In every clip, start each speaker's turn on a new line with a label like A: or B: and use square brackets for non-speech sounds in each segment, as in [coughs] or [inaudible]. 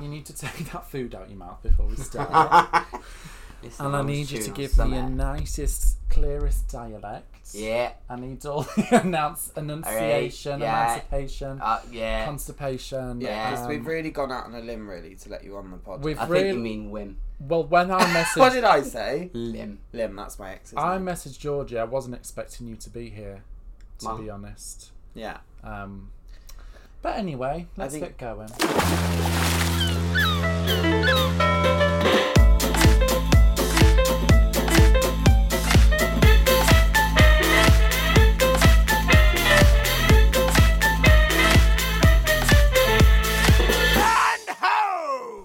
A: You need to take that food out your mouth before we
B: [laughs]
A: start. [laughs]
B: It's the
A: and I
B: most
A: need you to
B: tune
A: give
B: I've
A: me your
B: ever-
A: nicest, clearest dialect.
B: Yeah.
A: I need all [laughs] the announce- enunciation,
B: yeah.
A: emancipation,
B: Uh, yeah.
A: constipation.
B: Yeah.
C: Yes, we've
A: um,
C: really gone out on a limb, really, to let you on the pod. [laughs]
A: we've
B: I think
A: really.
B: you mean whim.
A: well, when I messaged.
C: what did I say?
B: Lim.
C: Lim, that's my ex. isn't
A: I
C: it?
A: messaged Georgie. I wasn't expecting you to be here, to
B: Mum.
A: be honest.
C: Yeah.
A: Um, but anyway, let's
C: think-
A: get going.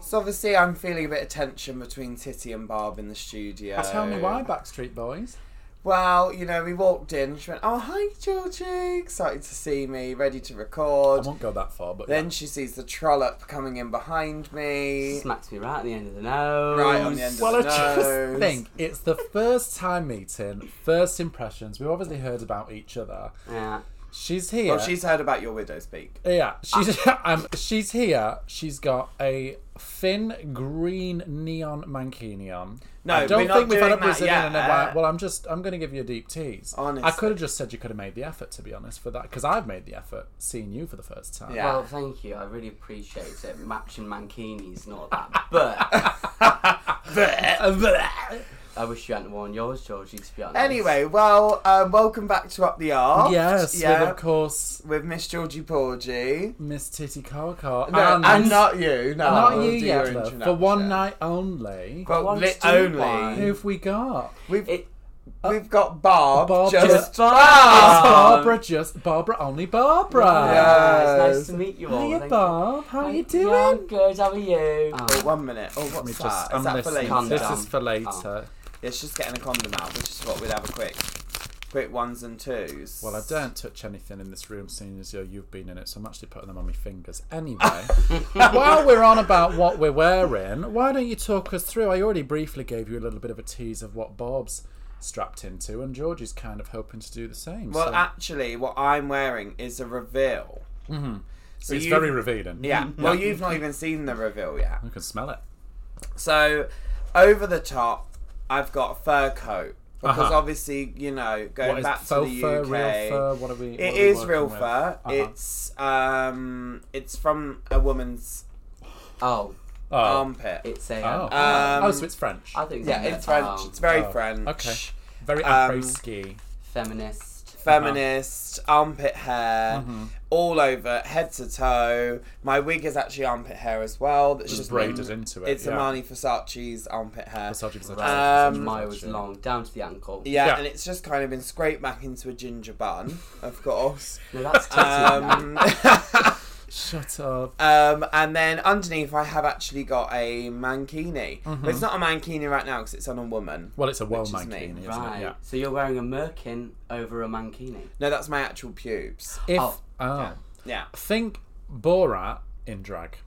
C: So obviously, I'm feeling a bit of tension between Titty and Barb in the studio.
A: Tell me why, Backstreet Boys.
C: Well, you know, we walked in. She went, "Oh, hi, Georgie! Excited to see me. Ready to
A: I
C: record."
A: won't go that far, but
C: Then she sees the trollop coming in behind me.
B: Smacks me right at the end of the nose.
C: Right on the end of
A: Well, I just
C: Nose.
A: think it's the first time meeting, first impressions. We've obviously heard about each other.
B: Yeah.
A: She's here.
C: Well, she's heard about your widow speak.
A: yeah, she's [laughs] um, she's here. She's got a thin green neon mankini on.
C: No,
A: I don't
C: we're not
A: think we've had a
C: doing that
A: Brazilian in a
C: yet.
A: while. Well, I'm just I'm going to give you a deep tease. I
C: Honestly.
A: could have just said you could have made the effort to be honest for that because I've made the effort seeing you for the first time.
C: Yeah. [laughs]
B: Well, thank you. I really appreciate it. Matching mankini's not that,
A: [laughs]
B: but I wish you hadn't worn yours, Georgie. To be honest.
C: Anyway, well, um, welcome back to Up the Art.
A: [laughs] yes, with
C: yeah,
A: of course
C: with Miss Georgie Porgy.
A: Miss Titty Carcar
C: No, and, not you. No,
A: Not
C: we'll
A: you
C: do
A: yet,
C: your
A: love. for
C: introduction.
A: one night only.
C: Well,
B: One
C: lit
B: stupid
C: only.
B: one.
A: Who have we got?
C: We've
B: It-
C: we've got Barb.
A: Barb
C: just
A: just- Um,
C: Barb.
A: Barbara just Barbara only Barbara.
B: Yeah, it's
C: Yes.
B: nice to meet you all.
A: Hiya
B: Thank you.
A: Barb, how are you doing?
B: Yeah, I'm good. How are you?
C: Oh, one minute. Oh,
A: Let me
C: what's
A: just-
C: that? Um, Is
A: I'm
C: that for
A: listening.
C: later? Um,
A: This
B: Condom.
A: is for later.
B: Oh.
C: It's just getting a condom out, which is what we'd have a quick, quick ones and twos.
A: Well, I don't touch anything in this room, seeing as though you've been in it, so I'm actually putting them on my fingers.
C: [laughs]
A: Anyway, while we're on about what we're wearing, why don't you talk us through? I already briefly gave you a little bit of a tease of what Bob's strapped into, and George is kind of hoping to do the same.
C: Well,
A: so
C: actually, what I'm wearing is a reveal. Mm-hmm. So
A: it's
C: you-
A: very Mm-hmm. revealing.
C: [laughs] Yeah. Well, you've not even seen the reveal yet.
A: I can smell it.
C: So, over the top, I've got a fur coat because
A: Uh-huh.
C: obviously, you know, going
A: What is
C: back to
A: faux
C: the
A: fur,
C: UK,
A: real fur? What are we? Uh-huh.
C: it is real fur. It's um, it's from a woman's
B: Oh,
A: oh.
C: armpit.
B: it's a.
A: oh.
C: um,
A: oh, so it's French.
B: I think.
C: yeah,
B: I'm
C: it's
B: a-
C: French.
B: oh,
C: It's very
A: Oh,
C: French.
A: okay. Very
C: um,
A: afro ski.
B: feminist.
C: Feminist, armpit hair,
A: Mm-hmm.
C: all over, head to toe. My wig is actually armpit hair as well. That's just
A: braided into it.
C: It's
A: yeah.
C: Amani Versace's armpit hair.
A: Versace, Versace,
C: Um,
A: Versace,
B: miles
A: Versace.
B: long, down to the ankle.
C: Yeah,
A: Yeah.
C: and it's just kind of been scraped back into a
A: [laughs]
C: ginger bun, of course.
B: No, that's totally
C: Um,
A: Shut up.
C: um, and then underneath, I have actually got a mankini. But
A: Mm-hmm.
C: it's not a mankini right now because it's on a woman.
A: Well, it's a well
C: is
A: mankini,
C: me.
A: isn't it?
B: Right.
A: Yeah.
B: So you're wearing a merkin over a mankini.
C: No, that's my actual pubes.
A: If oh,
B: Oh.
C: Yeah.
A: think Borat in drag.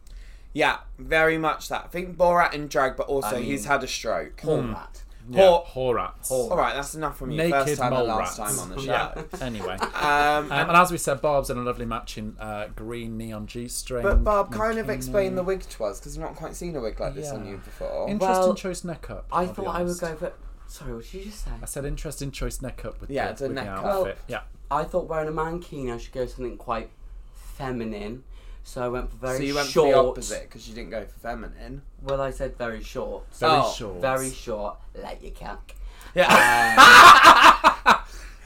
C: Yeah, very much that. Think Borat in drag, but also
B: I mean-
C: he's had a stroke.
A: Hmm.
B: All that.
C: Hor-
A: Horats.
C: All right, that's enough from you.
A: Naked
C: First time
A: mole
C: and last
A: rats.
C: time
A: [laughs]
C: on the
A: Yeah.
C: show. [laughs]
A: anyway.
C: Um,
A: [laughs] Um, and as we said, Barb's in a lovely matching uh, green neon G string.
C: but Barb, kind of explain the wig to us because I've not quite seen a wig like this on
A: Yeah.
C: you before.
A: Interesting
B: Well,
A: choice neck up.
B: I
A: I'll be
B: thought I would
A: honest.
B: go for. Sorry, what did you just say?
A: I said interesting choice neck up with
C: Yeah,
A: the,
C: it's a
A: with the
C: neck up.
A: outfit. yeah.
B: I thought wearing a mankini, I should go something quite feminine. So I went for very
C: so you went
B: short.
C: for the opposite because you didn't go for feminine.
B: Well, I said very short.
A: Very
C: Oh,
A: short.
B: Very short, like your cack.
C: Yeah.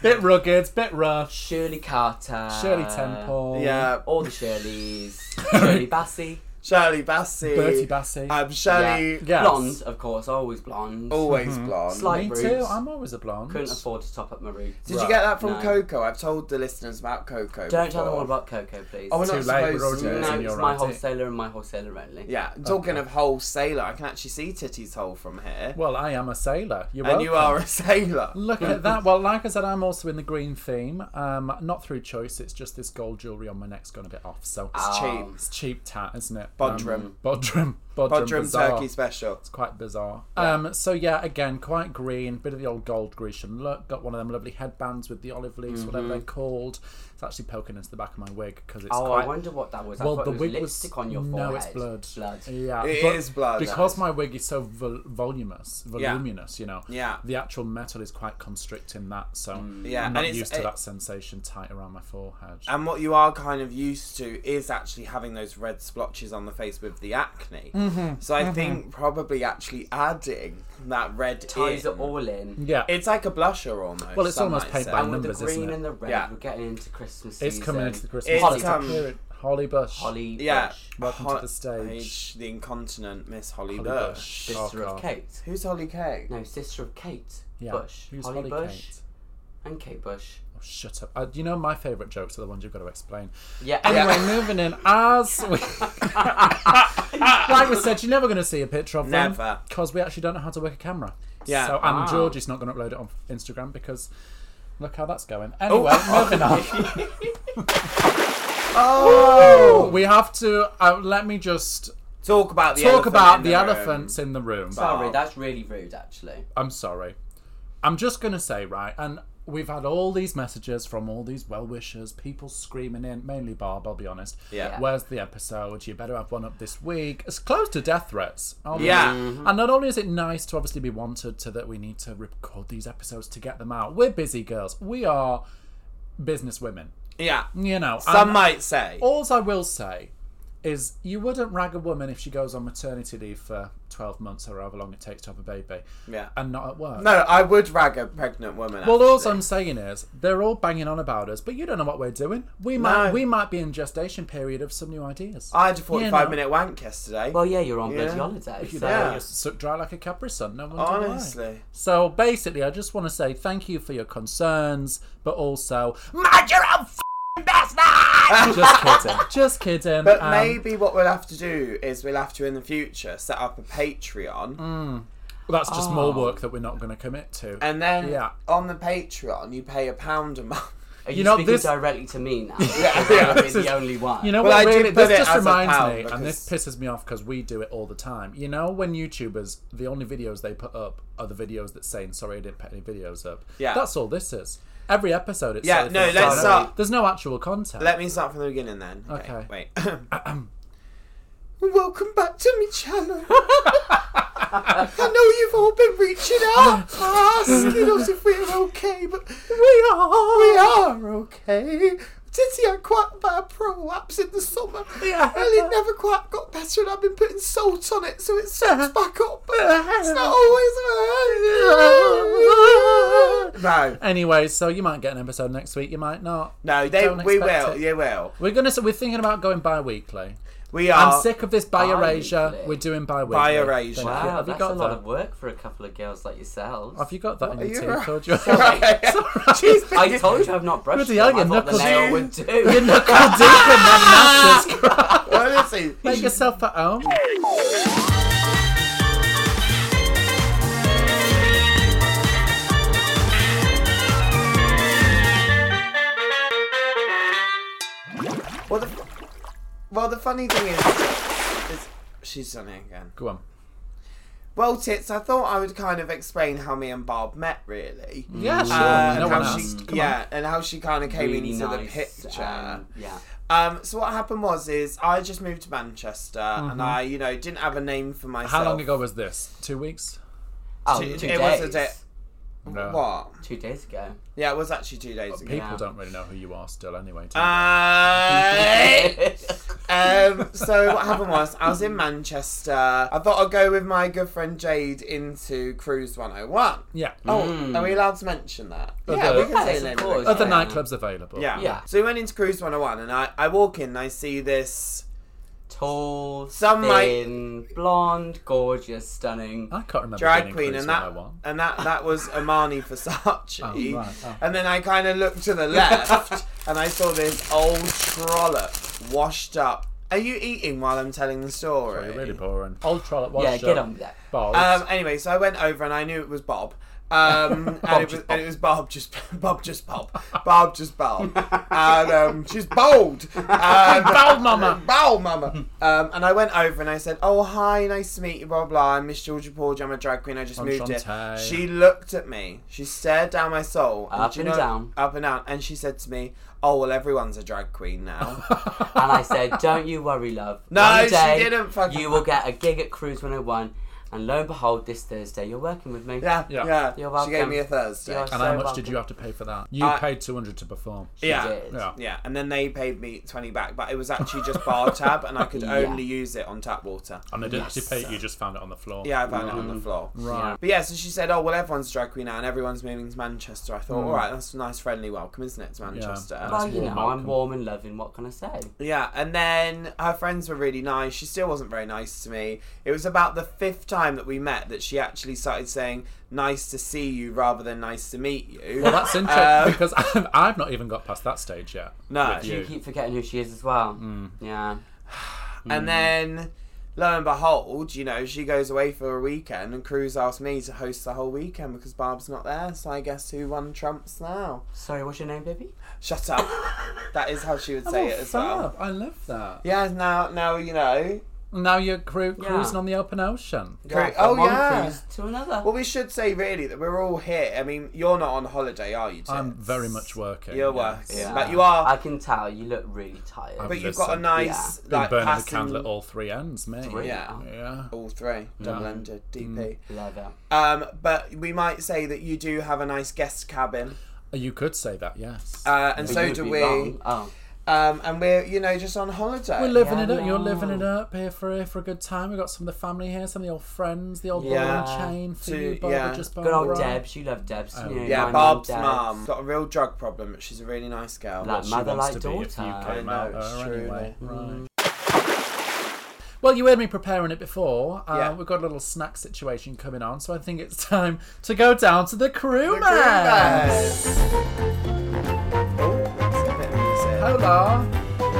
A: Bit rugged, bit rough.
B: Shirley Carter. Uh,
A: Shirley Temple.
C: Uh, yeah.
B: All
A: [laughs]
B: the Shirleys. Shirley Bassey.
C: Shirley Bassey.
A: Bertie Bassey.
C: I'm Shirley.
B: Yeah.
A: Yes.
B: Blonde, of course, always blonde.
C: Always
A: Mm-hmm.
C: blonde.
B: Slight-
A: Me
B: Roots.
A: too. I'm always a blonde.
B: Couldn't afford to top up my roots.
C: Did
A: Right.
C: you get that from
B: No.
C: Coco? I've told the listeners about Coco.
B: Don't tell them all
C: before.
B: about Coco, please.
C: Oh, we're not
A: Too late, we're already
C: supposed to.
A: there.
B: no,
A: in
B: it's
A: your
B: my
A: idea.
B: wholesaler and my wholesaler only.
C: Yeah. Talking of wholesaler, I can actually see Titty's hole from here.
A: Well, I am a sailor. You're
C: and you
A: welcome.
C: are a sailor.
A: Look
C: [laughs]
A: at that. Well, like I said, I'm also in the green theme. Um, not through choice. It's just this gold jewelry on my neck's gone a bit off, so
C: It's
B: Ah.
C: cheap.
A: it's cheap tat, isn't it?
C: Bodrum.
A: Um, Bodrum. Bodrum,
C: Bodrum
A: Bazaar.
C: Turkey special.
A: It's quite bizarre. Um, so yeah, again, quite green, bit of the old gold Grecian look. Got one of them lovely headbands with the olive leaves,
B: Mm-hmm.
A: whatever they're called. It's actually poking into the back of my wig because it's
B: Oh,
A: quite.
B: I wonder what that was. I
A: well,
B: thought
A: the
B: it was
A: wig
B: lipstick
A: was
B: on your forehead.
A: no, it's blood.
B: Blood.
A: Yeah,
C: It
A: but
C: is blood.
A: because my wig is so vol- voluminous, voluminous. You know,
C: Yeah.
A: The actual metal is quite constricting that, so
B: Mm.
C: Yeah,
A: I'm
C: and
A: not
C: it's-
A: used to
C: it-
A: that sensation tight around my forehead.
B: Um,
C: And what you are kind of used to is actually having those red splotches on the face with the acne.
A: Mm-hmm.
C: So I think probably actually adding that red
B: Ties
C: in.
B: it all in.
A: yeah,
C: It's like a blusher almost.
A: Well, it's
C: some
A: almost
C: might
A: paint
C: say.
A: by
B: And with
A: numbers,
B: the
A: isn't
B: green
A: it?
B: and the red,
C: Yeah.
B: we're getting into Christmas
A: it's
B: season.
A: coming into the Christmas
C: It's
B: Holly
A: season.
C: come-
A: period. Holly Bush.
B: um, Holly
C: Yeah.
B: Bush.
A: Welcome to
C: Hot-
A: the stage.
C: the incontinent Miss Holly,
A: Holly
C: Bush.
A: Bush.
B: Sister
A: Oh,
B: of
A: God.
B: Kate.
C: Who's Holly K?
B: No, sister of Kate
A: Yeah.
B: Bush.
A: Who's
B: Holly,
A: Holly
B: Bush
A: Kate?
B: and Kate Bush.
A: Oh, shut up. Uh, you know, my favourite jokes are the ones you've got to explain.
B: Yeah.
A: Anyway,
C: [laughs]
A: moving in. As we, like we said, you're never going to see a picture of them
C: Never.
A: because we actually don't know how to work a camera.
C: Yeah.
A: So and
B: Ah.
A: Georgie's not going to upload it on Instagram because look how that's going. Anyway, moving on.
C: Oh!
A: we have to. Uh, let me just
C: Talk about the
A: talk
C: elephant
A: about
C: in
A: the,
C: room.
A: elephants in the room.
B: [laughs] Sorry, that's really rude, actually.
A: I'm sorry. I'm just going to say, right, and we've had all these messages from all these well wishers, people screaming in, mainly Barb, I'll be honest.
C: Yeah.
A: Where's the episode? You better have one up this week. It's close to death threats. aren't we?
C: Yeah.
B: Mm-hmm.
A: And not only is it nice to obviously be wanted to that we need to record these episodes to get them out, we're busy girls. We are business women.
C: Yeah. Um,
A: You know,
C: Some
A: and-
C: might say.
A: all I will say is you wouldn't rag a woman if she goes on maternity leave for 12 months or however long it takes to have a baby
C: Yeah.
A: and not at work.
C: Um, No, I would rag a pregnant woman.
A: Well, all
C: actually.
A: I'm saying is they're all banging on about us, but you don't know what we're doing. We
C: No.
A: might we might be in gestation period of some new ideas.
C: I had a 45
A: know.
C: minute wank yesterday.
B: Well, Oh, yeah, you're on
C: Yeah.
B: bloody holiday. So.
C: Yeah.
A: You're sucked dry like a Capri Sun. No wonder why.
C: Honestly.
A: So basically, I just want to say thank you for your concerns, but also mind your own f***ing
C: [laughs]
A: business. just kidding. Just kidding.
C: But
A: Um,
C: maybe what we'll have to do is we'll have to in the future set up a Patreon,
A: Mm. that's just
C: Oh.
A: more work that we're not going to commit to.
C: and then
A: Yeah.
C: on the Patreon you pay a pound a month.
B: Are you,
A: You know,
B: speaking
A: this-
B: directly to
A: [laughs]
B: me now?
C: Yeah,
B: Because
C: yeah,
B: I've been
A: this is-
B: the only one.
A: You know
C: Well,
A: what?
C: I did
A: Really,
C: put it
A: this just
C: as a
A: reminds
C: pound
A: me, and this
C: because-
A: pisses me off because we do it all the time. You know, when YouTubers, the only videos they put up are the videos that saying "Sorry, I didn't put any videos up."
C: Yeah.
A: that's all this is. Every episode, it's
C: Yeah,
A: sorry
C: no,
A: for-
C: let's
A: sorry.
C: start-
A: There's no actual content.
C: Let me start from the beginning then. Okay.
A: Okay. [clears throat]
C: Wait. [clears throat] Welcome back to my
A: [laughs]
C: channel. I know you've all been reaching out, asking us if we're okay, but we are. We are okay. Titty had quite a bad prolapse in the summer.
A: Yeah.
C: Well, it never quite got better, and I've been putting salt on it, so
A: [laughs]
C: it soaks back up. But it's not always. No,
A: Anyway, so you might get an episode next week. You might not.
C: no, they,
A: Don't
C: we
A: expect
C: will.
A: it.
C: You will.
A: We're gonna. So we're thinking about going bi-weekly.
C: We are.
A: I'm sick of this bi-erasure.
B: bi-weekly.
A: We're doing bi-weekly.
C: Uh, Bi-erasure.
A: Thank you.
B: Wow,
A: Have you
B: that's
A: got
B: a lot
A: that?
B: of work for a couple of girls like yourselves.
A: Have you got that in
C: you
A: your teeth?
C: [laughs] right?
A: Told you. [laughs]
C: She's been-
B: I told you I've not brushed
A: Bloody
B: them. I
A: hell, your
B: thought the
A: knuckles-
B: nail
A: [laughs]
B: would
A: Your
B: do.
A: knuckle deep in
C: [laughs]
A: them knuckles.
C: Honestly,
A: Make yourself at home.
C: Well, the well, the funny thing is, is she's done it again.
A: Go on.
C: Well, tits. I thought I would kind of explain how me and Barb met, really.
A: Mm, Yeah, sure.
C: Uh,
A: no
C: and
A: one
C: how she,
A: asked. Come
C: yeah, and how she kind of came
B: Really
C: into
B: nice,
C: the picture.
B: um, yeah.
C: Um, so what happened was, is I just moved to Manchester, and I, you know, didn't have a name for
A: on.
C: myself.
A: Mm-hmm. How long ago was this? Two weeks?
B: Oh,
C: Two-
B: two
C: it
B: days.
C: was a day-
A: No.
C: What?
B: Two days ago.
C: Yeah, it was actually two days ago.
A: People don't really know who you are still, anyway. do they? [laughs]
C: Uh, um, so what
B: [laughs]
C: happened was I was in Manchester. I thought I'd go with my good friend Jade into Cruise 101.
A: yeah.
C: Oh, are we allowed to mention that? yeah,
A: Other-
C: we can say
B: Yes,
C: the
B: of
C: name
B: course.
C: it.
A: Other
B: yeah.
A: nightclubs available.
C: Yeah.
B: Yeah.
C: So we went into Cruise 101 and I, I walk in and I see this.
B: Tall,
C: Some might-
B: thin, blonde, gorgeous, stunning.
A: I can't remember.
C: Drag
A: being
C: queen
A: cruised
C: and
A: when I
C: that
A: won.
C: and that that was Amani Versace,
A: [laughs] Oh, right, oh.
C: and then I kind of looked to the left [laughs] and I saw this old trollop washed up. Are you eating while I'm telling the story?
A: You're really boring. Old trollop was
B: yeah,
A: shut.
B: get on with that.
A: Balls.
C: Um, anyway, so I went over and I knew it was [laughs] Bob. Um, and, it was, and it was Bob just [laughs] Bob just Bob Bob just Bob, and um, she's bold, [laughs] um,
A: Bold mama.
C: bold mama. Um, and I went over and I said, "Oh hi, nice to meet you, blah blah." I'm Miss Georgia Porgy. I'm a drag queen. I just moved here.
A: Enchantée.
C: She looked at me. She stared down my soul,
B: Up
C: do you
B: and down.
C: up and down, and she said to me, "Oh well, everyone's a drag queen [laughs] now."
B: And I said, Don't you worry, love.
C: [laughs] No,
B: One
C: she
B: day
C: didn't fucking-
B: You will get a gig at Cruise 101, and lo and behold, this Thursday, you're working with me.
C: yeah,
A: Yeah.
C: yeah.
B: You're
C: she
B: welcome.
C: gave me a Thursday.
B: You're
A: And
B: so
A: how much
B: welcome.
A: did you have to pay for that? You
C: Uh,
A: paid two hundred to perform.
B: She
C: yeah.
B: did.
A: Yeah.
C: Yeah, and then they paid me twenty back, but it was actually
A: [laughs]
C: just bar tab, and I could
B: Yeah.
C: only use it on tap water.
A: And they didn't
B: Yes.
A: actually pay it, you just found it on the floor.
C: Yeah, I found it on the floor.
A: Oh, Right.
C: But yeah, so she said, "Oh well, everyone's a drag queen now, and everyone's moving to Manchester." I thought, "All right, that's a nice, friendly welcome, isn't it, to Manchester?"
A: Mm. Yeah.
B: Well,
A: That's
B: you know,
A: warm
B: I'm
A: welcome.
B: warm and loving. What can I say?
C: Yeah, and then her friends were really nice. She still wasn't very nice to me. It was about the fifth time that we met that she actually started saying, "Nice to see you," rather than "Nice to meet you."
A: Well, that's interesting
C: [laughs] Um,
A: because [laughs] I've, I've not even got past that stage yet.
C: No.
A: with
C: Do
B: You
A: you.
B: keep forgetting who she is as well.
C: Mm.
B: Yeah.
A: Mm.
C: And then, lo and behold, you know, she goes away for a weekend, and Cruz asked me to host the whole weekend because Barb's not there. So I guess who won trumps now?
B: Sorry, what's your name, baby?
A: [laughs]
C: Shut up. that is how she would say it as well.
A: Oh, I love that.
C: Yeah, now now you know.
A: Now you're cru-
B: Yeah.
A: cruising on the open ocean.
C: Great.
B: from
C: Oh,
B: one
C: yeah.
B: cruise to another.
C: Well, we should say really that we're all here. I mean, you're not on holiday, are you? Tits?
A: I'm very much working.
C: You're
A: yeah.
C: working, but you are.
B: I can tell you look really tired.
A: I've
C: but you've got a
A: Listen.
C: nice
A: uh, Been
C: like
A: burning
C: passing
A: the candle at all three ends, mate.
B: Three.
C: Yeah.
A: Yeah. Mm.
C: all three double-ended DP.
B: Love it.
C: Um, but we might say that you do have a nice guest cabin,
A: You could say that, yes.
C: uh, and
B: But
C: so
B: you'd
C: do
B: be
C: we.
B: wrong. Oh.
C: Um, and we're, you know, just on holiday.
A: We're living
B: yeah,
A: it up. You're living
B: no.
A: it up here for here for a good time. We've got some of the family here, some of the old friends, the old
C: Yeah.
A: ball and chain for
C: To-
A: you, Barbara.
C: yeah.
A: Just
B: Good old
A: Barbara.
B: Deb. She loved Deb.
A: Oh.
B: you know,
C: yeah,
B: my
C: Barb's
B: mum, Debs.
C: mum got a real drug problem, but she's a really nice girl.
B: Like
A: She
B: mother,
A: wants
B: like
A: to be if you
B: daughter. Mm.
A: came
C: I
A: out
C: know, it's
A: her
C: true,
A: anyway.
C: though.
A: Right. Well, you heard me preparing it before. Uh,
C: Yeah.
A: We've got a little snack situation coming on, so I think it's time to go down to the crew
C: Look
A: man.
C: at that. Oh, that's a bit of
A: [laughs]
C: music.
A: Hola,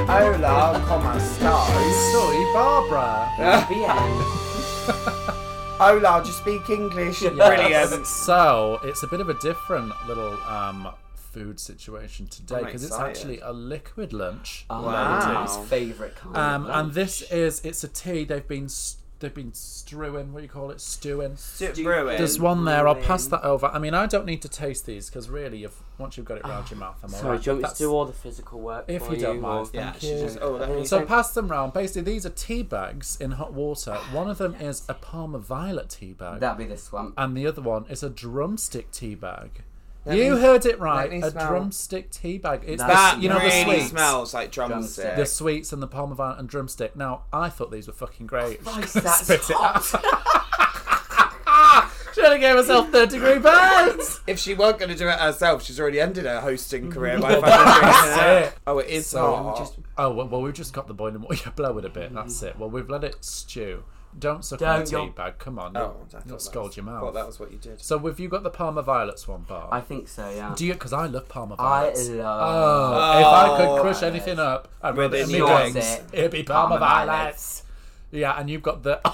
C: Hola, como estás?
A: soy Barbara.
B: But yeah,
A: [laughs]
C: Hola, do you speak English? um, Brilliant.
A: So it's a bit of a different little um, food situation today
C: I'm
A: because it's
C: excited.
A: actually a liquid lunch.
B: oh,
C: [laughs] Wow.
B: my favourite kind.
A: Um,
B: of
A: and
B: lunch.
A: this is it's a tea. They've been s- they've been strewing. What do you call it? Stewing.
C: Brewing.
A: There's one there. I'll pass that over. I mean, I don't need to taste these because really, you've, once you've got it round your mouth, I'm
B: Sorry,
A: alright.
B: do you want me to
A: That's-
B: do all the physical work
A: If
B: for
A: you don't mind,
B: or-
A: thank
C: Yeah,
A: you.
C: she just. Oh, let me.
A: So pass them round. Basically, these are tea bags in hot water. One of them is a Palmer Violet tea bag,
B: That'd be this [laughs] one.
A: and the other one is a drumstick tea bag. you heard it right.
C: me
A: A
C: smell.
A: drumstick tea bag. It's
B: That
A: the, you know
C: really
A: the sweets.
C: smells like drumstick.
A: The sweets and the Palmer Violet and drumstick. Now, I thought these were fucking great.
B: Oh,
A: [laughs]
B: Christ,
A: Spit
B: that's
A: it
B: hot. [laughs]
A: Should have gave myself third degree burns.
B: [laughs]
C: If she weren't going to do it herself, she's already ended her hosting career by fucking doing it.
A: it.
C: Oh, it is
A: So
C: hot.
A: we just oh well, well, we've just got the boiling water. [laughs] Yeah, blow it a bit. That's it. Well, we've let it stew. Don't suck on
B: Don't,
A: the
B: you'll-
A: tea bag. Come on,
C: Oh,
A: you'll,
C: I thought
A: you'll
C: that
A: scald
C: was-
A: your
C: I thought
A: mouth.
C: that was what you did.
A: So have you got the Palmer Violets one, Bar?
B: I think so, yeah.
A: Do you? Because I love Palmer
B: I
A: Violets. [laughs]
B: love
A: Oh, if I
C: Oh,
A: could crush anything up, I'd rather
C: With
A: it be
C: your
A: dogs.
B: zit.
A: It'd be Palmer,
B: Palmer
A: Violets. Yeah, and you've got the. [laughs]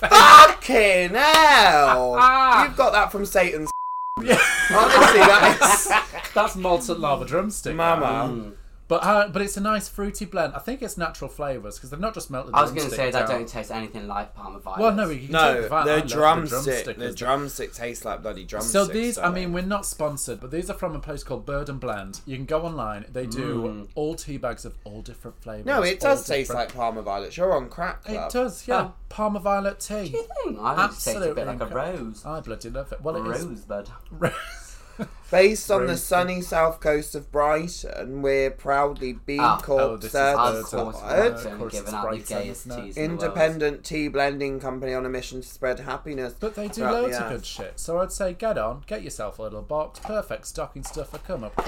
C: Fucking hell!
A: Ah.
C: You've got that from Satan's. [laughs] Honestly, that
A: That's molten lava drumstick.
C: is. [laughs] Mm. Mama.
A: But uh, but it's a nice fruity blend. I think it's natural flavours because they've not just melted.
B: I was going to
A: drumstick
B: say that
A: down.
B: don't taste anything like Parma Violet.
A: Well, no, you can
C: No,
A: take the, vi- I
C: the
A: love
C: drumstick. The
A: as
C: drumstick, tastes like bloody drumstick.
A: So these, I mean, we're not sponsored, but these are from a place called Bird and Blend. You can go online. They do all tea bags of all different flavours.
C: Mm. No, it
A: all
C: does taste
A: different-
C: like Parma Violets. You're on crack, club.
A: It does, yeah. Parma Violet tea.
C: [laughs]
B: You think? I would taste a
A: Absolutely
B: bit like a
A: incredible.
B: rose.
A: I bloody love it. Well, it is.
B: Rosebud.
C: Based on the
A: Roasted.
C: sunny south coast of Brighton, we're proudly B
B: Ah.
A: Oh,
C: Corp
A: this is
B: Of
A: Birds
B: course,
A: and-
B: we're
A: uh,
C: certified.
A: of
B: only
A: course
B: giving
A: it's
B: out the
A: Brighton,
B: gayest
A: isn't it?
B: teas. in the world.
C: Independent tea blending company on a mission to spread happiness.
A: But they do
C: throughout the
A: loads of
C: earth.
A: good shit. So I'd say get on, get yourself a little box, perfect stocking stuffer, come up. [laughs]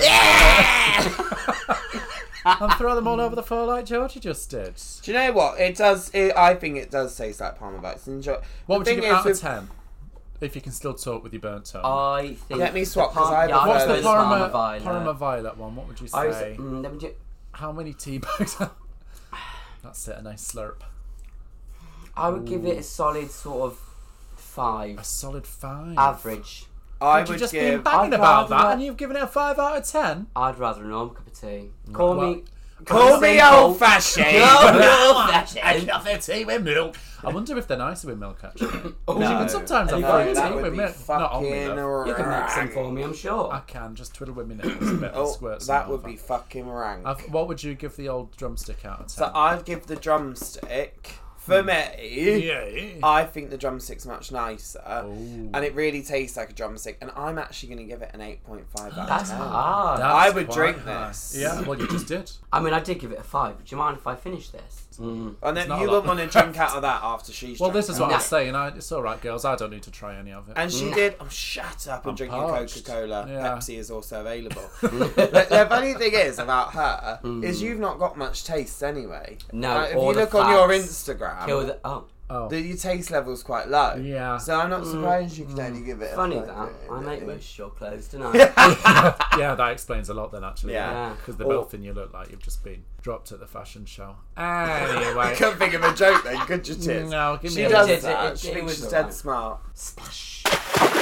A: and throw them all over the floor like Georgie just did.
C: Do you know what? It does. It, I think it does taste like Parma Violets. Enjoy.
A: What would you give out of
C: with-
A: 10? If you can still talk with your burnt tongue.
B: I think.
C: Let me
B: the
C: swap, 'cause
B: Parma-
C: I've
B: yeah, I'd
C: got
A: What's
B: go
A: the
B: with
C: those
A: Parma,
B: Oh, Violet.
A: Parma Violet one? What would you say?
B: I was, mm, let me ju-
A: How many tea [laughs] bags? are- That's it, a nice slurp.
B: I would give it a solid sort of
A: A
B: five.
A: solid five.
B: Average.
C: I
A: You've
C: would
A: just been
C: give.
A: banging
B: I'd
A: about
B: rather-
A: that, and you've given it a five out of ten.
B: I'd rather a normal cup of tea. Call me.
C: Call me old
B: fashioned.
C: fashioned. [laughs]
B: [laughs] old-fashioned.
A: tea with milk. I wonder if they're nicer with milk actually. 'Cause
C: No.
A: you can sometimes have
B: No,
A: fruit
B: that
A: tea
C: would
A: with
C: be
A: milk. Not on me,
C: fucking
A: though.
B: You can make some for me, I'm sure.
A: I can just twiddle with my nipples a bit. and
C: [coughs] Oh,
A: squirt some
C: that would
A: over.
C: be fucking rank.
A: I've, what would you give the old drumstick out of ten?
C: So I'd give the drumstick for me.
A: Hmm. yeah.
C: I think the drumstick's much nicer,
A: Ooh.
C: and it really tastes like a drumstick. And I'm actually going to give it an eight point five out of
B: That's
C: ten.
B: hard.
A: That's
C: I would
A: quite
C: drink
A: high.
C: this.
A: Yeah, well, you just did.
B: I mean, I did give it a five. but Do you mind if I finish this?
C: Mm. And then
A: not
C: you
A: a
C: wouldn't
A: lot.
C: want to
A: [laughs]
C: drink out of that after she's.
A: Well,
C: drunk
A: this is
C: out.
A: what I was
B: No.
A: saying. I, it's all right, girls. I don't need to try any of it.
C: And she did. Oh, shut up! I'm,
A: I'm
C: drinking
A: parched.
C: Coca Cola.
A: Yeah.
C: Pepsi is also available. the, the funny thing is about her is you've not got much taste anyway.
B: No,
C: Like, if
B: all
C: you
B: the
C: look on your
B: facts.
C: Instagram,
B: Kill the. Oh,
A: oh,
C: the your taste level's quite low.
A: Yeah.
C: So I'm not surprised you can only give it. a
B: funny
C: five,
B: that. I
C: really.
B: make most of your clothes, don't
C: [laughs]
B: I?
A: [laughs] yeah, that explains a lot then, actually.
C: Yeah. Oh.
A: because they're
C: Or-
A: both in you look like you've just been dropped at the fashion show.
C: [laughs]
A: Anyway,
C: Couldn't think of a joke then, could you, Tiz?
A: no, give
C: She
A: me a
C: does
B: It- it-
C: that.
B: it-
C: she
B: it
C: thinks
B: was
C: she's
B: all
C: dead
B: right.
C: smart.
B: Splash.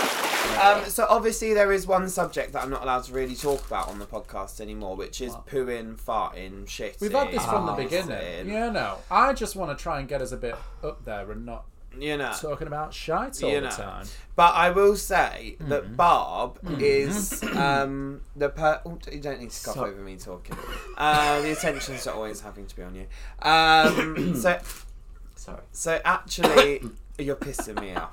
C: Um, so obviously there is one subject that I'm not allowed to really talk about on the podcast anymore, which is pooing, farting, shit.
A: We've had this from the
C: Oh,
B: Ah,
A: beginning. Yeah, no, I just want to try and get us a bit up there and not
C: You know.
A: talking about shite all
C: Ah. You
A: the
C: know.
A: time.
C: But I will say
B: Mm.
C: that Barb is um, the per. Oh, you don't need to cough
B: So-
C: over me talking. Uh, the attention's not always having to be on you.
B: [clears throat]
C: Um, so,
B: Sorry.
C: so actually, you're pissing me off.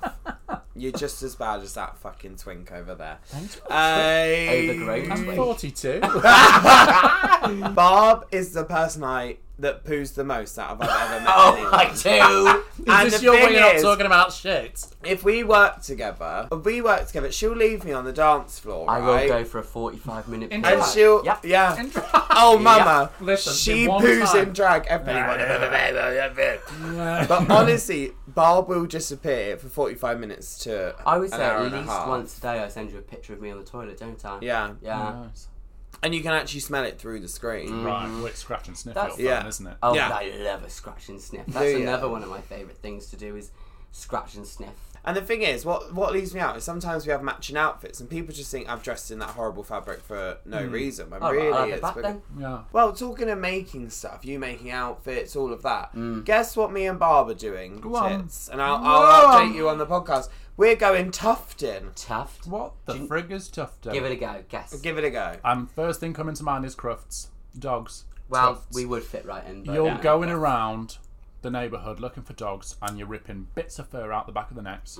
C: You're just as bad as that fucking twink over there.
A: Thanks.
C: I-
B: Over great
A: I'm
B: Wait.
C: [laughs]
A: 42.
C: Barb is the person I that poos the most out of
B: [laughs]
C: I've ever met.
B: Oh,
C: anyone.
B: I do.
C: and
A: is this
C: the
A: your way
C: thing
A: you're not
C: is,
A: talking about [laughs] shit?
C: if we work together, if we work together, she'll leave me on the dance
B: [laughs]
C: floor,
B: I will
C: right?
B: go for a 45 minute
A: In
C: And
A: Right.
C: she'll,
B: Yep.
C: yeah. Oh, mama.
A: [laughs] Listen,
C: she
A: in one
C: poos
A: time- [laughs]
C: in drag everyone.
A: [laughs]
C: but honestly, Barb will disappear for 45 minutes to.
B: I would
C: an
B: say
C: hour
B: at
C: and a
B: least
C: half.
B: once a day I send you a picture of me on the toilet, don't I?
C: Yeah. Mm.
B: Yeah.
C: And you can actually smell it through the screen.
A: Right, well, it's scratch and sniff
B: That's-
A: your phone,
C: Yeah.
A: isn't it?
B: Oh,
C: Yeah.
B: I love a scratch and sniff.
C: Do
B: That's
C: ya?
B: another one of my favourite things to do is scratch and sniff.
C: And the thing is, what what leaves me out is sometimes we have matching outfits, and people just think I've dressed in that horrible fabric for no reason. But
B: All right,
C: really,
B: I'll Oh, have it
C: it's
B: back
C: because-
B: then.
A: Yeah.
C: Well, talking of making stuff, you making outfits, all of that. Guess what me and Barb are doing?
A: Go on.
C: tits? And I'll, I'll
A: on.
C: update you on the podcast. We're going Tufton.
B: Taft.
A: What the
B: Do you-
A: frig is tough,
B: Give it a go. Guess.
C: Give it a go.
A: Um, first thing coming to mind is Crufts. Dogs.
B: well,
A: Tufts.
B: we would fit right in. But
A: You're
B: yeah.
A: going around the neighbourhood looking for dogs and you're ripping bits of fur out the back of the necks,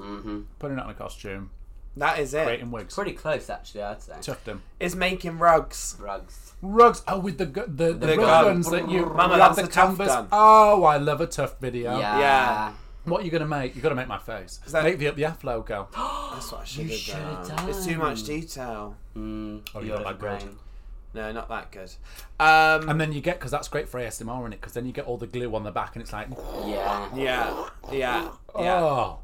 A: putting it on a costume,
C: That is it.
A: creating wigs.
B: Pretty close, actually, I'd say.
A: Tuft them.
C: It's making rugs.
B: Rugs.
A: Rugs. Oh, with the gu- the, the,
C: The
A: rug
C: gun.
A: guns that you
C: Mama,
A: you have
C: that's a
A: the
C: tough
A: canvas.
C: gun.
A: Oh, I love a tough video.
B: Yeah.
C: Yeah.
A: What are you gonna make? You're gonna make my face.
C: that-
A: Make the the aflo
B: [gasps]
A: go.
C: That's what I should
B: You
C: have
B: should
C: done.
B: have done.
C: It's too much detail.
B: Mm,
A: Oh,
B: you
A: you're
B: got
A: not
B: a
A: that good.
B: brain.
C: No, not that good. Um,
A: And then you get because that's great for ASMR in it because then you get all the glue on the back and it's like
B: Yeah.
C: yeah, yeah, yeah.
A: oh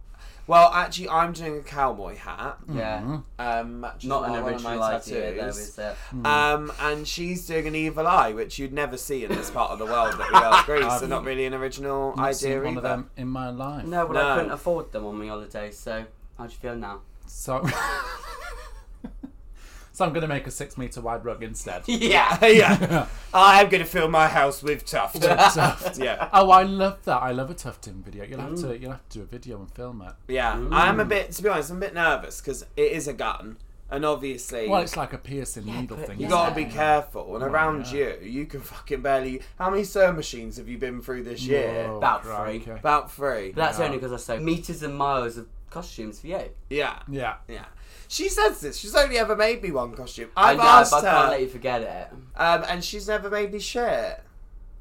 C: Well, actually, I'm doing a cowboy hat.
B: Yeah.
C: Um, matches
B: Not
C: my-
B: an
C: one of my
B: original idea, though,
C: tattoos.
B: is it?
C: Um, and she's doing an evil eye, which you'd never see in this part of the world that we are
B: [laughs]
C: Greece. So not really an original
A: I've seen
C: idea
A: one
C: either.
A: of them in my life.
B: No, well,
C: No.
B: I couldn't afford them on my holiday, so how do you feel now?
A: So [laughs] so I'm gonna make a six meter wide rug instead.
B: [laughs]
A: [laughs] Oh,
B: Yeah.
C: [laughs] yeah, I am going to fill my house with
B: [laughs]
C: tuft.
A: Tuft.
C: yeah,
A: Oh, I love that. I love a tufting video. You'll have
B: Mm.
A: to you'll have to do a video and film it.
C: yeah. I'm a bit, to be honest, I'm a bit nervous because it is a gun, and obviously.
A: Well, it's like a piercing needle
B: but
A: thing.
B: you
C: you
A: isn't
C: gotta
A: it?
C: be careful, and
B: Oh
C: around you, you can fucking barely. How many sewing machines have you been through this year?
A: Oh,
B: About
A: crikey.
B: three.
C: About three.
B: But that's only because I sold meters and miles of costumes for you.
C: yeah,
A: Yeah.
C: yeah. She says this. She's only ever made me one costume.
B: I
C: I've
B: know,
C: asked
B: but I can't
C: her.
B: let you forget it.
C: Um, and she's never made me shit.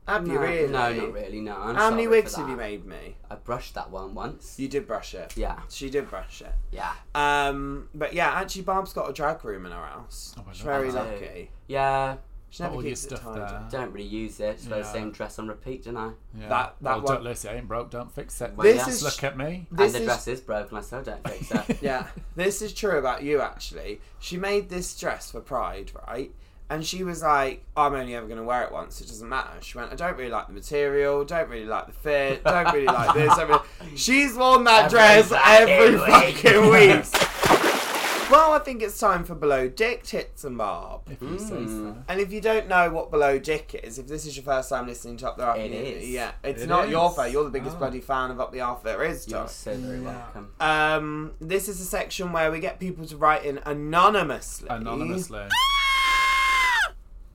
C: Have you
B: no,
C: really?
B: No, not really. No. I'm
C: How many
B: sorry
C: wigs
B: for
C: have you
B: that.
C: made me?
B: I brushed that one once.
C: You did brush it.
B: Yeah.
C: She did brush it.
B: Yeah.
C: Um, but yeah, actually, Barb's got a drag room in her house.
A: I
C: She's
A: love
C: very
B: Oh, that.
C: lucky.
B: Yeah.
C: She
A: Got
C: never
A: all your
C: keeps it
A: stuff
C: tidy.
A: there.
B: Don't really use it. Just wear the
A: Yeah.
B: same dress on repeat, don't I?
A: Yeah.
C: That- that
A: well,
C: one-
A: don't listen. It ain't broke. Don't fix it.
B: Well,
C: This
B: yeah.
C: is
A: Look at me.
B: and
C: This
B: the
C: is-
B: dress is broken. I still don't fix
C: [laughs]
B: it.
A: [laughs]
C: Yeah, this is true about you actually. She made this dress for Pride, right? And she was like, I'm only ever going to wear it once. It doesn't matter. She went, I don't really like the material. Don't really like the fit. Don't really like this.
B: [laughs]
C: I mean, she's worn that
B: Every
C: dress
B: fucking
C: every
B: week. [laughs]
C: fucking week. well, I think it's time for Below Dick Tits and Barb.
A: If you say so.
C: And if you don't know what Below Dick is, if this is your first time listening to Up the Arf,
B: It
C: you-
B: is.
C: yeah, it's
A: It
C: not your
A: is.
C: fault. You're the biggest
A: Oh.
C: bloody fan of Up the Arf there is,
B: You're
C: Joe.
B: so very
A: Yeah.
B: welcome.
C: Um, this is a section where we get people to write in anonymously.
A: Anonymously.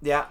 C: Yeah,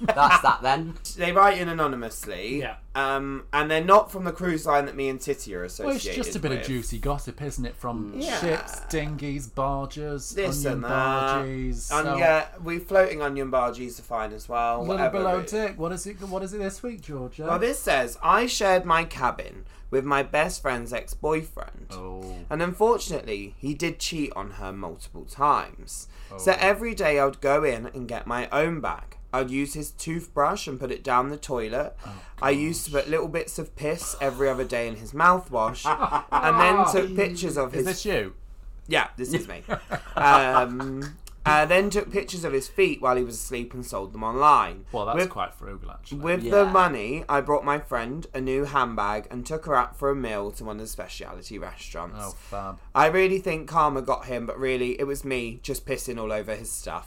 B: That's that
C: [laughs]
B: then. [laughs]
C: they write in anonymously.
A: Yeah.
C: Um, and they're not from the cruise line that me and Titty are associated
A: Well, it's just a bit of
C: with.
A: juicy gossip, isn't it? From
C: Yeah.
A: ships, dinghies, barges,
C: This
A: onion
C: and that.
A: barges.
C: And
A: so-
C: yeah, we floating onion bargees are fine as well.
A: Little
C: whatever
A: below
C: it-
A: dick. What is it? What is it this week, Georgia?
C: Well, this says I shared my cabin with my best friend's ex-boyfriend.
A: oh,
C: And unfortunately, he did cheat on her multiple times. So
A: Oh.
C: every day I would go in and get my own bag. I'd use his toothbrush and put it down the toilet.
A: Oh,
C: I used to put little bits of piss every other day in his mouthwash, and
A: [laughs]
C: then took pictures of
A: is
C: his.
A: this
C: [laughs]
A: you?
C: yeah, this
A: [laughs]
C: is me. um, uh, then took pictures of his feet while he was asleep and sold them online.
A: Well, that's
C: With-
A: quite frugal, actually.
C: with the
B: Yeah.
C: money, I brought my friend a new handbag and took her out for a meal to one of the specialty restaurants.
A: oh,
C: [laughs]
A: fab.
C: I really think karma got him, but really it was me just pissing all over
A: [laughs]
C: his stuff.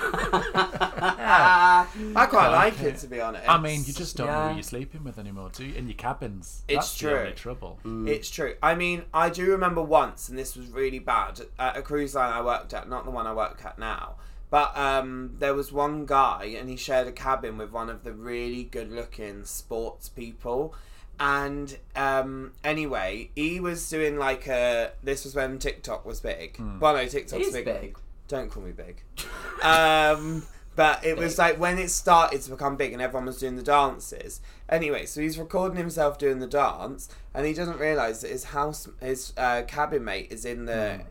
C: I quite like it to be honest.
A: I mean, you just don't know
B: Yeah.
A: who you're sleeping with anymore, do you? In your cabins.
C: It's
A: That's The only
C: true. Mm.
A: trouble.
C: It's true. I mean, I do remember once, and this was really bad at a cruise line I worked at, not the one I work at now. But um, there was one guy, and he shared a cabin with one of the really good-looking sports people. And um, anyway, he was doing like a. This was when TikTok was big.
A: Hmm.
C: Well, no,
B: It
C: TikTok's
B: is big.
C: Don't call me big. um, but it was
B: Big.
C: like when it started to become big and everyone was doing the dances. Anyway, so he's recording himself doing the dance, and he doesn't realize that his house, his uh, cabin mate, is in the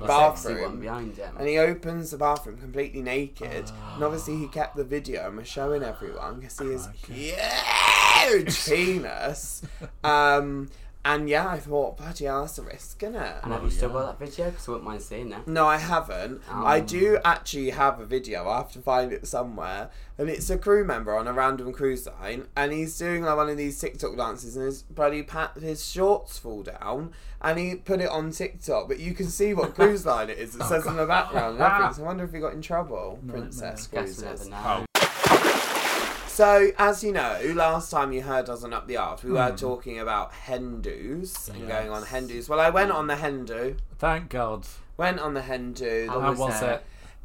B: [laughs] Hmm. Sexy one
C: bathroom.
B: behind him.
C: And he opens the bathroom completely naked. and obviously, he kept the video and was showing everyone because he has huge penis. [laughs] Um, and yeah, I thought, bloody hell, that's a risk, is
B: and
A: Oh,
B: have you still got that video? Because I wouldn't mind seeing it.
C: no, I haven't.
B: Oh.
C: I do actually have a video. I have to find it somewhere. And it's a crew member on a random cruise line, and he's doing like one of these TikTok dances, and his bloody pat his shorts fall down, and he put it on TikTok. But you can see
B: [laughs]
C: what cruise line it
B: Oh,
C: is. It says in the background. and everything. So I wonder if he got in trouble, Princess
B: Guess we never
C: Cruises.
B: know.
C: So, as you know, last time you heard us on Up the Art, we
B: Hmm.
C: were talking about Hindus and going on
A: Yes.
C: Hindus. Well, I went on the Hindu.
A: Thank God.
C: Went on the Hindu.
B: How
C: the
A: How
B: was
A: was
B: that?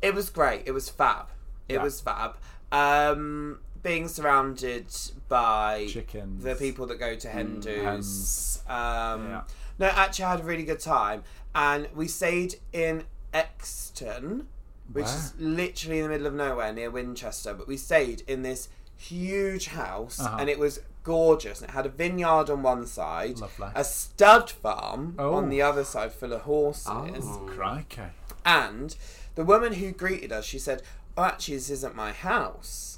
A: it?
C: it was great. It was fab. It
A: Yeah.
C: was fab. Um, being surrounded by
A: Chickens. Mm,
C: the people that go to Hindus.
A: hens.
C: Um,
A: Yeah.
C: No, actually, I had a really good time, and we stayed in Exton, which is literally in the middle of nowhere near Winchester. But we stayed in this huge house,
A: Uh-huh.
C: and it was gorgeous. And it had a vineyard on one side,
A: Lovely.
C: a stud farm
A: Oh.
C: on the other side, full of horses.
B: Oh.
A: Crikey.
C: And the woman who greeted us, she said, oh, actually, this isn't
A: [gasps]
C: my house.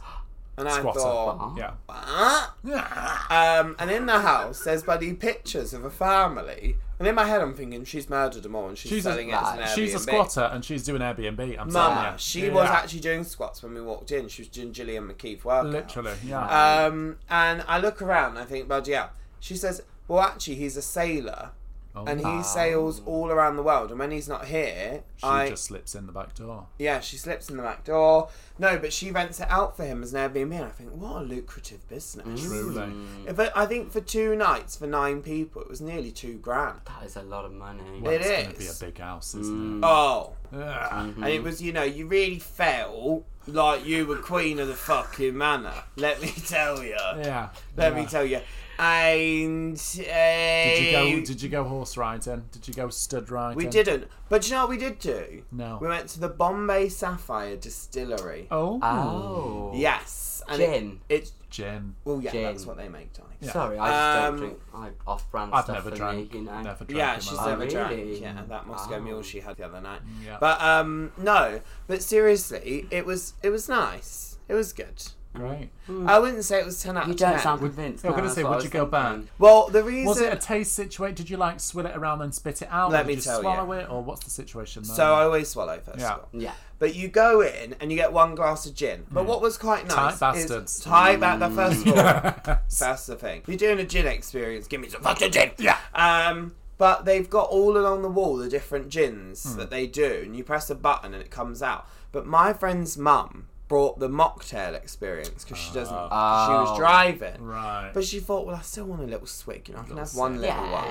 C: And I
A: Squatter.
C: thought,
A: Yeah.
C: what? [laughs] Um, and in the house, there's bloody pictures of a family. And in my head, I'm thinking, she's murdered them all and she's,
A: She's a,
C: selling it as an Airbnb.
A: she's a squatter and she's doing Airbnb. I'm
C: Mama,
A: telling you.
C: she was
A: Yeah.
C: actually doing squats when we walked in. She was doing Gillian McKeith workout.
A: Literally, yeah.
C: Um, and I look around and I think, bloody hell. She says, well, actually, he's a sailor.
A: Oh.
C: And he sails all around the world. And when he's not here,
A: she
C: I
A: just slips in the back door.
C: Yeah, she slips in the back door. No, but she rents it out for him as an Airbnb. And I think, what a lucrative business.
A: Truly.
C: If I, I think for two nights for nine people, it was nearly two grand.
B: That is a lot of money.
A: Well,
C: It
A: it's going to be
C: is.
A: a big house, isn't
C: Oh,
A: it? Ugh.
C: and it was you know you really felt like you were queen of the fucking manor. Let me tell you.
A: Yeah.
C: Let
A: yeah.
C: me tell you. And uh,
A: Did you go? Did you go horse riding? Did you go stud riding?
C: we didn't. But do you know what we did do?
A: No.
C: We went to the Bombay Sapphire Distillery.
A: Oh,
B: Oh.
C: Yes. And it-
B: Gin.
C: it's
A: Jen.
C: well, yeah,
B: Gin.
C: that's what they make, darling.
B: Sorry, I just
C: Um,
B: don't drink I, off-brand
A: I've
B: stuff
A: never
B: for
A: drank.
B: me, you know.
A: Never drank.
C: Yeah,
A: in my
C: she's
A: life.
C: never drank.
B: Oh, really?
C: Yeah, that Moscow
B: Oh.
C: Mule she had the other night.
A: Yeah.
C: But um, no. But seriously, it was it was nice. It was good.
A: Great.
C: I wouldn't say it was 10 out of
B: Hmm. You
C: 10.
B: don't sound convinced.
A: I was
B: no,
A: gonna
B: that's
A: say,
B: what
A: would
B: I was
A: you go
B: thinking.
C: Well, the reason.
A: Was it a taste situation? Did you like swill it around and spit it out?
C: Let
A: or did
C: me
A: you
C: tell you.
A: swallow it, or what's the situation there? [laughs]
C: so I always swallow first
A: Yeah.
C: of all.
B: Yeah.
C: But you go in and you get one glass of gin. But what was quite
A: Tight
C: nice
A: Hmm. bastards.
C: is Thai back the first
B: Hmm.
C: of
B: [laughs]
C: all. That's the thing. If you're doing a gin experience, give me some fucking gin.
A: Yeah.
C: Um, but they've got all along the wall the different gins
A: Hmm.
C: that they do, and you press a button and it comes out. But my friend's mum brought the mocktail experience because she doesn't.
A: Ah.
C: She was
B: Oh.
C: driving.
A: Right.
C: But she thought, well, I still want a little swig, you know, I can have one little
B: Yeah.
C: one.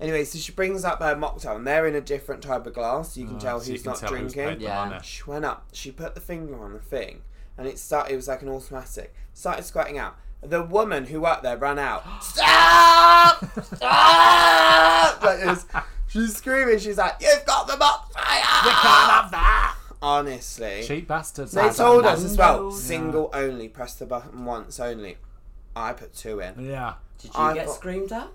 C: Anyway, so she brings up her mocktail, and they're in a different type of glass. so You can tell
A: Ah, Uh, So you
C: who's
A: can
C: not
A: tell who's
C: drinking.
A: paid the
B: Yeah.
A: money.
C: She went up. She put the finger on the thing, and it started. It was like an automatic. Started squirting out. The woman who worked there ran out. [gasps] Stop! Stop! Like it was- she's screaming. She's like, "You've got the box fire! You can't have that!" Honestly,
A: Cheap bastards.
C: they
A: That's
C: told
A: a
C: us as well.
A: mandel.
C: Single only. Press the button once only. I put two in.
A: Yeah.
B: Did you
C: I
B: get
C: thought-
B: screamed at?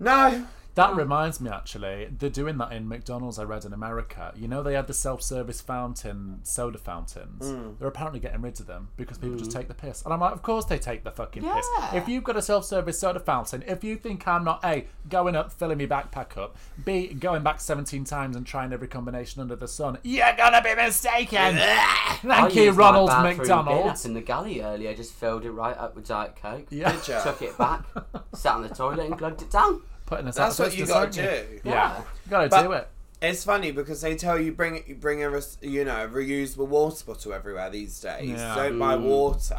C: No.
A: That reminds me, actually, they're doing that in McDonald's. I read in America. You know, they had the self-service fountain soda fountains.
C: Hmm.
A: They're apparently getting rid of them because people just take the piss. And I'm like, of course they take the fucking piss.
B: Yeah.
A: If you've got a self-service soda fountain, if you think I'm not a going up, filling me backpack up, b going back 17 times and trying every combination under the sun, you're gonna be mistaken.
B: I
A: Thank you,
B: used my
A: Ronald
B: bathroom bin up
A: McDonald.
B: in the galley earlier, I just filled it right up with Diet Coke.
A: Yeah,
C: Did ya?
B: Took it back, sat on the toilet and glugged it down.
A: putting us out
C: That's
A: of
C: what you
A: business,
C: gotta
A: aren't you?
C: do.
A: Yeah,
B: Yeah.
A: you gotta
C: But-
A: do it.
C: It's funny because they tell you bring you bring a res- you know a reusable water bottle everywhere these days.
A: Yeah. Mm.
C: Don't buy water.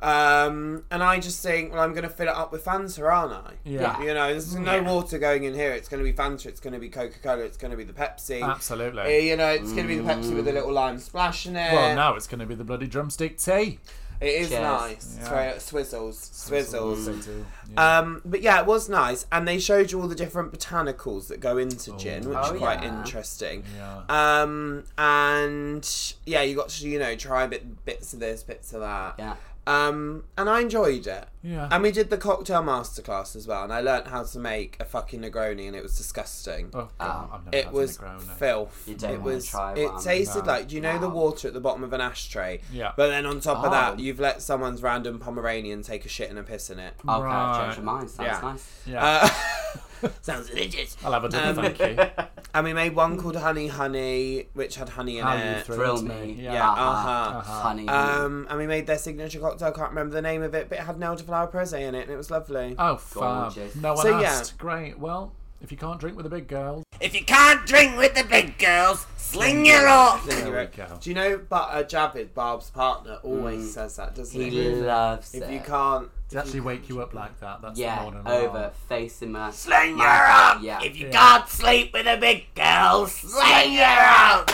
C: Um, and I just think, well, I'm going to fill it up with Fanta, aren't I?
A: Yeah. Mm.
C: You know, there's no water going in here. It's going to be Fanta. It's going to be Coca Cola. It's going to be the Pepsi.
A: Absolutely.
C: Uh, You know, it's going to be the Pepsi
A: Mm.
C: with a little lime splash in it.
A: Well, now it's going to be the bloody drumstick tea.
C: it is
B: Cheers.
C: nice. It's
A: Yeah.
C: very swizzles, swizzles.
A: They do. Yeah.
C: Um, but yeah, it was nice, and they showed you all the different botanicals that go into gin, which
B: Oh,
C: are quite
B: yeah.
C: interesting.
A: Yeah.
C: Um, and yeah, you got to you know try bit bits of this, bits of that.
B: Yeah.
C: Um, and I enjoyed it.
A: Yeah.
C: And we did the cocktail masterclass as well, and I learnt how to make a fucking Negroni, and it was disgusting.
A: Oh, God, I've never
C: um, It
A: had
C: was
A: a Negroni.
C: filth.
B: You don't
C: it
B: wanna
C: was.
B: try
C: it
B: one.
C: tasted
A: No.
C: like. Do you know the
B: No.
C: water at the bottom of an ashtray?
A: Yeah.
C: But then on top of that,
B: Oh.
C: you've let someone's random Pomeranian take a shit and a piss in it.
B: Okay,
A: Right.
B: I've changed my mind. Sounds
C: Yeah.
B: nice.
A: yeah, [laughs]
C: Uh, sounds delicious.
A: I'll have a
C: um,
A: double, thank
C: [laughs]
A: you.
B: [laughs]
C: And we made one called Honey Honey, which had honey in
A: How you
C: it.
A: thrilled
B: Thrill
A: me.
B: me.
A: Yeah.
C: Uh, Yeah,
B: Uh-huh.
C: uh-huh.
A: Uh-huh.
B: Honey.
C: Um, and we made their signature cocktail. I can't remember the name of it, but it had an elderflower prese in it, and it was lovely.
A: Oh, fab.
B: Gorgeous.
A: No one
C: So, yeah.
A: asked. Great. Well, if you can't drink with the big girls,
D: If you can't drink with the big girls, sling your lot.
C: There you
A: we
C: go.
A: go. Mm.
C: Do you know, but uh, Javid, Barb's partner, always says that, doesn't
B: he
C: he?
B: loves
C: If
B: it.
C: you can't,
A: they actually wake you up like that. That's
B: yeah,
A: more than
B: over, face him up.
D: Sling your out!
B: Yeah.
D: If you
A: Yeah.
D: can't sleep with the big girls, sling your out!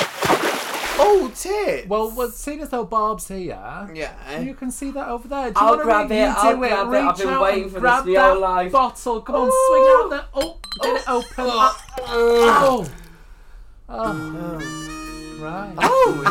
C: oh tits.
A: Well, well, seeing as though Barb's here,
C: yeah.
A: you can see that over there. Do you
B: Eh? I'll
A: wanna
B: grab
A: read-
B: it,
A: You do
B: I'll
A: it.
B: grab it.
A: Reach
B: I've been
A: out
B: waiting
A: and
B: for this
A: grab
B: my whole
A: that
B: life.
A: bottle. Come on,
B: Ooh.
A: swing out there. Oh, get it open. Ah, Oh. Oh. Right.
B: Oh,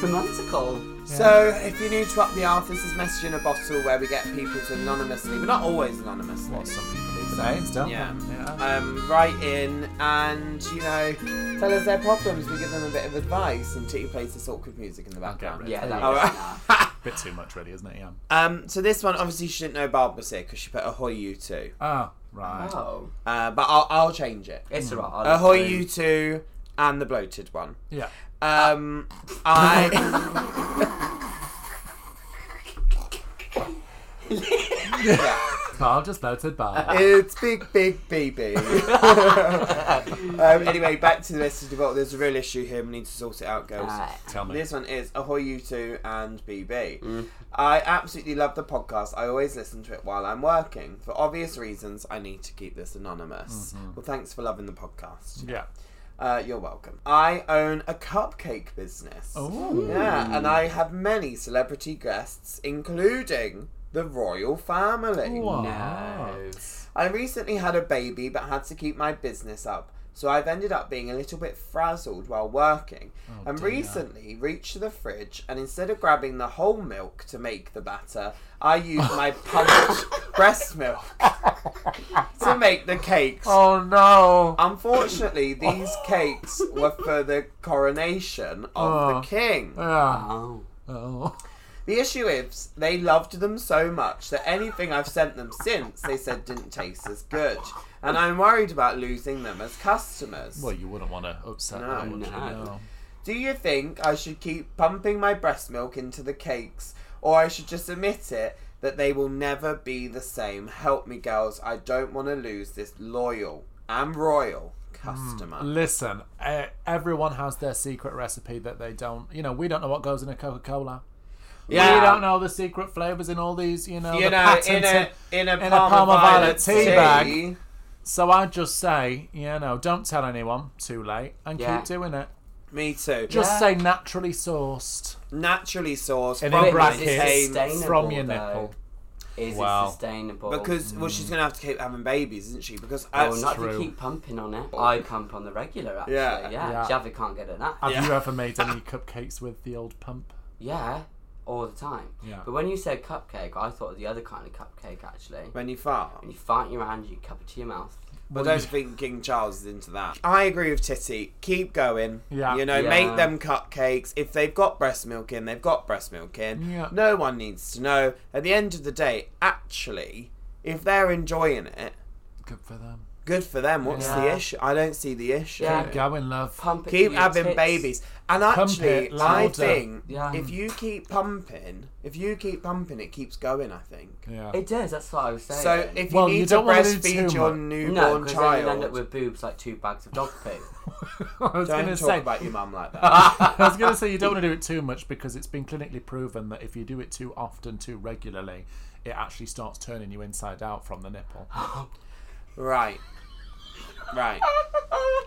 B: romantical.
C: So, if you're new to Up the Arth, this is Message in a Bottle, where we get people to anonymously, but not always anonymously.
A: Well, some people leave the names, don't
C: Yeah.
A: they? Yeah.
C: um, write in and, you know, tell us their problems. We give them a bit of advice and Titty plays this awkward music in the background.
A: rid-
B: Yeah,
A: There
B: that
A: you
B: was
C: go.
B: enough.
A: Bit too much, really, isn't it? Yeah.
C: [laughs] Um, so this one, obviously, she didn't know Barb was here because she put Ahoy You Two.
A: Oh, right.
B: Oh,
C: Uh, but I'll, I'll change it.
B: it's alright. I'll
C: Ahoy
B: approve.
C: You Two and the bloated one.
A: Yeah.
C: Um, I. Yeah.
A: Bar just voted
B: Uh,
A: bar.
C: It's big, big BB. um, anyway, back to the message about there's a real issue here. We need to sort it out, girls.
B: Alright.
A: Tell me.
C: This one is Ahoy You Two and BB. I absolutely love the podcast. I always listen to it while I'm working. For obvious reasons, I need to keep this anonymous. Well, thanks for loving the podcast.
A: Yeah.
C: Uh, you're welcome. I own a cupcake business.
A: Oh.
C: Yeah, and I have many celebrity guests, including the royal family.
B: No.
C: I recently had a baby but had to keep my business up, so I've ended up being a little bit frazzled while working.
A: Oh,
C: and
A: dear.
C: recently reached the fridge, and instead of grabbing the whole milk to make the batter, I used
A: [laughs]
C: my pumped breast milk to make the cakes.
A: Oh no.
C: Unfortunately, these cakes were for the coronation of
A: Oh.
C: the king.
A: Yeah.
B: Oh.
A: Oh.
C: The issue is they loved them so much that anything I've sent them since they said didn't taste as good, and I'm worried about losing them as customers.
A: Well, you wouldn't want to upset
C: No,
A: them, would you?
B: no.
A: No.
C: Do you think I should keep pumping my breast milk into the cakes, or I should just admit it that they will never be the same? Help me, girls. I don't want to lose this loyal and royal customer.
A: Listen, uh, everyone has their secret recipe that they don't. You know, we don't know what goes in a Coca Cola.
C: Yeah.
A: We don't know the secret flavors in all these. You know,
C: You
A: Oh, the
C: know,
A: patents.
C: in a in a,
A: in a
C: Palmer
A: Palmer
C: Violet
A: Violet
C: tea
A: tea
C: bag.
A: bag. So I just say, you know, don't tell anyone. Too late, and
B: Yeah.
A: keep doing it.
C: Me too.
A: Just
B: Yeah.
A: say naturally sourced
C: naturally sourced
A: And
C: from
A: in
C: the
A: brackets,
C: same-
B: Sustainable,
A: from your
B: though.
A: nipple.
B: Is
A: Wow.
B: it sustainable?
C: because well, she's gonna have to keep having babies, isn't she? Because
B: Oh,
C: as-
B: not to
A: true.
B: keep pumping on it. I pump on the regular, actually.
C: Yeah.
B: Yeah,
A: Yeah.
B: Javi can't get enough.
A: Have
C: Yeah.
A: you ever made any cupcakes with the old pump?
B: Yeah, all the time.
A: Yeah.
B: But when you said cupcake, I thought of the other kind of cupcake, actually.
C: when you fart.
B: When you fart in your hand, you cup it to your mouth.
C: But I don't think King Charles is into that. I agree with Titty. Keep going.
A: Yeah.
C: You know,
B: Yeah.
C: make them cupcakes. If they've got breast milk in, they've got breast milk in.
A: Yeah.
C: No one needs to know. At the end of the day, actually, if they're enjoying it,
A: Good for them.
C: good for them. What's the
B: Yeah.
C: issue? I don't see the issue.
B: Yeah.
A: Go in love.
B: Pump it to
C: Keep
B: your
C: having
B: tits.
C: babies. And
A: Pump
C: actually,
A: it
C: I
A: louder.
C: think
B: Yeah.
C: if you keep pumping, if you keep pumping, it keeps going, I think.
A: Yeah.
B: It does, that's what I was saying.
C: So if you
A: Well,
C: need
A: you
C: to
A: don't wanna do
C: breastfeed
A: too
C: your
A: much.
B: No,
C: newborn
B: because then
C: child,
B: you'll end up with boobs like two bags of dog poo.
A: [laughs] I was
C: don't
A: gonna
C: talk
A: say.
C: about your mum like that.
A: [laughs] I was going to say you don't want to do it too much because it's been clinically proven that if you do it too often, too regularly, it actually starts turning you inside out from the nipple.
C: Right. Right.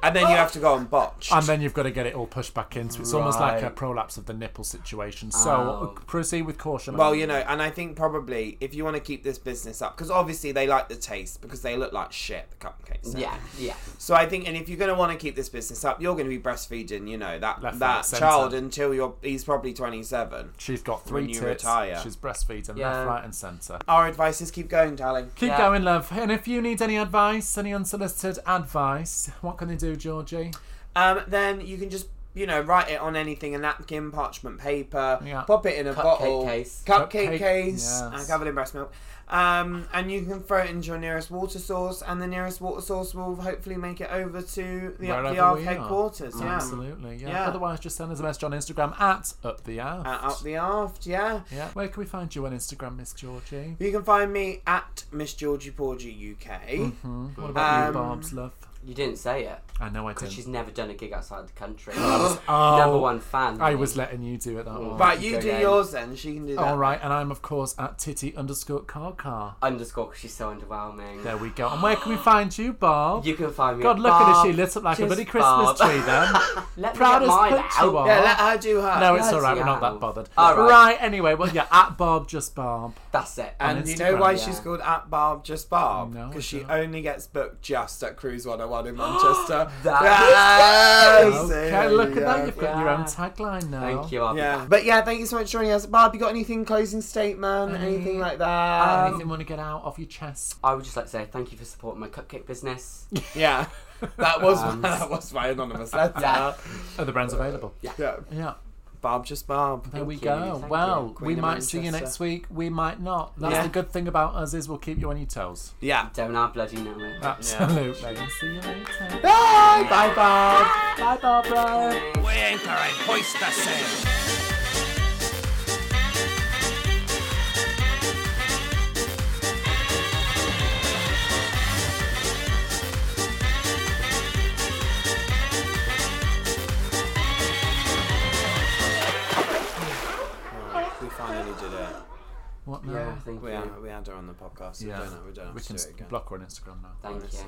C: And then you have to go and botch.
A: And then you've got to get it all pushed back in. So it's almost like a
B: Right.
A: prolapse of the nipple situation. So uh,
B: Oh.
A: proceed with caution.
C: well, you know, and I think probably if you want to keep this business up, because obviously they like the taste because they look like shit, the cupcakes. don't
B: yeah,
C: they?
B: yeah.
C: So I think, and if you're going to want to keep this business up, you're going to be breastfeeding, you know, that
A: Left, right,
C: that
A: centre.
C: child until you're he's probably 27.
A: she's got three
C: when you
A: tits.
C: retire.
A: She's breastfeeding
B: Yeah.
A: left, right, and centre.
C: Our advice is keep going, darling.
A: Keep
B: Yeah.
A: going, love. And if you need any advice, any unsolicited advice, what can they do, Georgie?
C: Um, then you can just. You know, write it on anything, a napkin, parchment paper,
A: Yeah.
C: pop it in a
B: Cupcake
C: bottle,
B: case.
C: cupcake,
A: Cupcake,
C: case, uh,
A: yes.
C: covered in breast milk, um, and you can throw it into your nearest water source, and the nearest water source will hopefully make it over to the Up the
A: Wherever
C: Arve
A: we are.
C: headquarters. Yeah,
A: Absolutely, yeah.
C: Yeah.
A: Otherwise, just send us a message on Instagram at up the aft.
C: At Uh, Up the Aft, yeah.
A: yeah. Where can we find you on Instagram, Miss Georgie?
C: You can find me at Miss Georgie Porgy UK.
A: Mm. Hmm. What about
C: Um,
A: you, Bob's love?
B: You didn't say it.
A: I know I did.
B: Because she's never done a gig outside the country. I was
A: Oh,
B: number one fan.
A: I was letting you do it that one.
C: Right, you
B: Go
C: do
B: again.
C: yours then. She can do that.
A: All right, and I'm of course at titty underscore car car.
B: Underscore, because she's so underwhelming.
A: There we go. And where can we find you, Bob?
B: You can find me.
A: God,
B: at
A: look at her.
B: Bob.
A: She lit up like a
B: Just
A: bloody Christmas
B: Bob.
A: tree then.
B: [laughs] Let me
A: Proud
B: get
A: as
B: mine
A: punch you
B: out.
A: are.
C: Yeah, let her do her.
A: No, it's
B: Bloody
A: all right. We're not
B: hell.
A: that bothered.
B: All right.
A: Right, anyway, well, yeah, at Bob, just Bob.
B: That's it.
C: and
A: on
C: you know why
A: Instagram.
C: she's called at Barb just Barb?
A: No, I
C: Because she
A: don't.
C: only gets booked just at Cruise 101 [gasps] in Manchester.
B: That
C: Yes!
A: Okay, look at that.
C: Yeah.
A: You've got your own
B: Yeah.
A: tagline now.
B: Thank you. I'll be
C: Yeah. But yeah, thank you so much for joining us. Barb, you got anything closing statement? anything like that?
A: Mm. Anything you want to get out of your chest?
B: I would just like to say thank you for supporting my cupcake business.
C: yeah.
A: [laughs]
C: That was
A: Um,
C: my, [laughs] that was my anonymous letter.
B: Yeah.
C: Yeah.
A: Oh, the brand's available. Yeah,
C: Barb just Barb.
A: there we
B: you,
A: go.
B: thank you.
A: Well, we
C: Queen of
A: might see you next
C: Manchester.
A: week. We might not. That's
C: Yeah.
A: the good thing about us is we'll keep you on your toes.
C: Yeah.
B: Don't I bloody know it.
C: Uh,
A: Absolutely. See you later.
C: Bye! Bye, Barb!
A: Bye, Barbara.
D: We anchor and hoist the sail.
C: We finally did it.
A: What now?
B: Yeah, thank
C: We
B: you.
C: had, we had her on the podcast. so We don't, we don't have
A: We
C: to
A: can
C: do it again.
A: block her on Instagram now.
B: Thank you.